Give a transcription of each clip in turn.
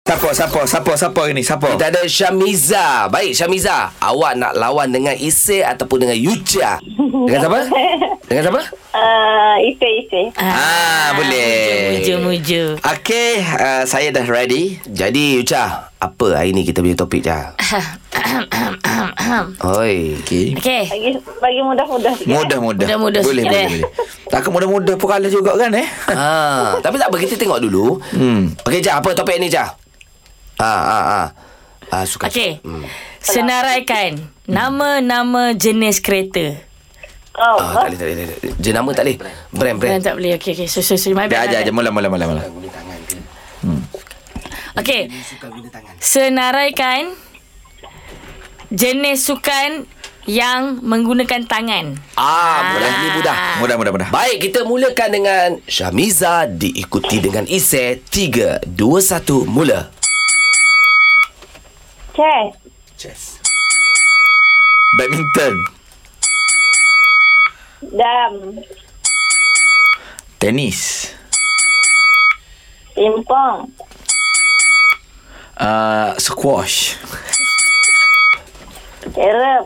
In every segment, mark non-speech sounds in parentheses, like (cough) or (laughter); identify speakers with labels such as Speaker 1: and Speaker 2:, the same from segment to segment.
Speaker 1: Siapa, siapa, siapa, siapa ini? Siapa?
Speaker 2: Kita ada Syamiza. Baik Syamiza, awak nak lawan dengan Ise ataupun dengan
Speaker 3: (laughs)
Speaker 2: Yucha? Dengan siapa? Dengan siapa?
Speaker 4: Uh, itu, itu.
Speaker 2: Ah, boleh.
Speaker 3: Muja, muja.
Speaker 2: Okey, uh, saya dah ready. Jadi Yucha, apa hari ni kita punya topik Cha? Oi.
Speaker 3: (laughs)
Speaker 1: Okey.
Speaker 3: (clears throat) Okey.
Speaker 4: Bagi, bagi mudah-mudah sikit. eh.
Speaker 1: Mudah-mudah.
Speaker 3: Mudah-mudah
Speaker 1: Boleh,
Speaker 3: sikit,
Speaker 1: boleh, boleh.
Speaker 3: eh.
Speaker 1: Takkan mudah-mudah pun kalah juga kan eh?
Speaker 2: Ah, tapi tak apa kita tengok dulu.
Speaker 1: Hmm.
Speaker 2: Okey Cha, apa topik ni Cha? Ah, ah, ah. Ah, suka.
Speaker 3: Okey.
Speaker 2: Hmm.
Speaker 3: Senaraikan nama-nama jenis kereta.
Speaker 4: Oh,
Speaker 2: Ah, tak boleh, tak boleh, tak boleh. Jenama tak boleh. Brand, brand.
Speaker 3: Brand tak boleh. Okey, okey. So, so, so. My
Speaker 1: Dah aja
Speaker 3: bad, my
Speaker 1: aja
Speaker 3: bad.
Speaker 1: mula mula mula mula.
Speaker 3: Okey. Senaraikan jenis sukan yang menggunakan tangan.
Speaker 2: Ah, boleh ni mudah.
Speaker 1: Mudah mudah mudah.
Speaker 2: Baik, kita mulakan dengan Syamiza diikuti dengan Ise. 3, 2, 1, mula.
Speaker 4: chess.
Speaker 2: Chess.
Speaker 1: Badminton,
Speaker 4: Dam.
Speaker 1: tenis,
Speaker 4: Timpong.
Speaker 1: uh, squash.
Speaker 4: Kerem.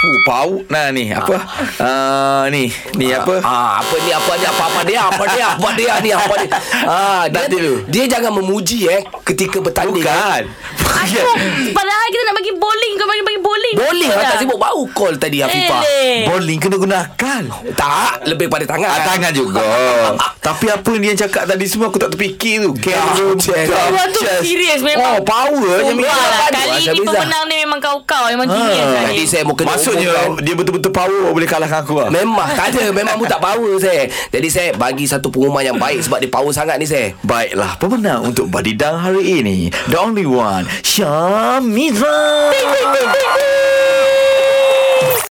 Speaker 1: Uh, bau nah ni apa? Uh, ni ni apa?
Speaker 2: Ah, apa ni apa dia apa apa dia apa dia apa dia ni apa
Speaker 1: (laughs)
Speaker 2: dia. Ah, dia,
Speaker 1: Nanti dulu.
Speaker 2: dia jangan memuji eh ketika bertanding.
Speaker 1: Bukan.
Speaker 2: Ya.
Speaker 3: Aku, (laughs) padahal kita nak bagi bowling. Kau bagi bagi bowling.
Speaker 2: Boleh lah
Speaker 3: Dah.
Speaker 2: tak sibuk bau call tadi Afifah.
Speaker 3: Eleh.
Speaker 1: (laughs) Bowling kena guna akal.
Speaker 2: Tak, lebih pada tangan.
Speaker 1: Ah, tangan juga. Tapi apa yang dia cakap tadi semua aku tak terfikir tu. Carrom,
Speaker 2: chess.
Speaker 1: dam,
Speaker 3: Orang tu
Speaker 1: chess.
Speaker 3: serius
Speaker 1: Oh,
Speaker 3: memang.
Speaker 1: power je
Speaker 3: Wah,
Speaker 1: memang.
Speaker 3: lah,
Speaker 2: Aduh,
Speaker 3: kali
Speaker 2: Aisyah
Speaker 3: ni
Speaker 2: Miza.
Speaker 3: pemenang ni memang kau-kau Memang genius
Speaker 1: Ah,
Speaker 3: lah
Speaker 2: Tadi
Speaker 3: ni
Speaker 2: saya mau kena
Speaker 1: Maksudnya
Speaker 2: umumkan.
Speaker 1: dia betul-betul power boleh kalahkan aku lah.
Speaker 2: kan. Memang tak ada Memang mu tak power saya Jadi saya bagi satu pengumuman yang baik Sebab dia power sangat ni saya
Speaker 1: Baiklah, pemenang untuk badidang hari ini The only one Syamira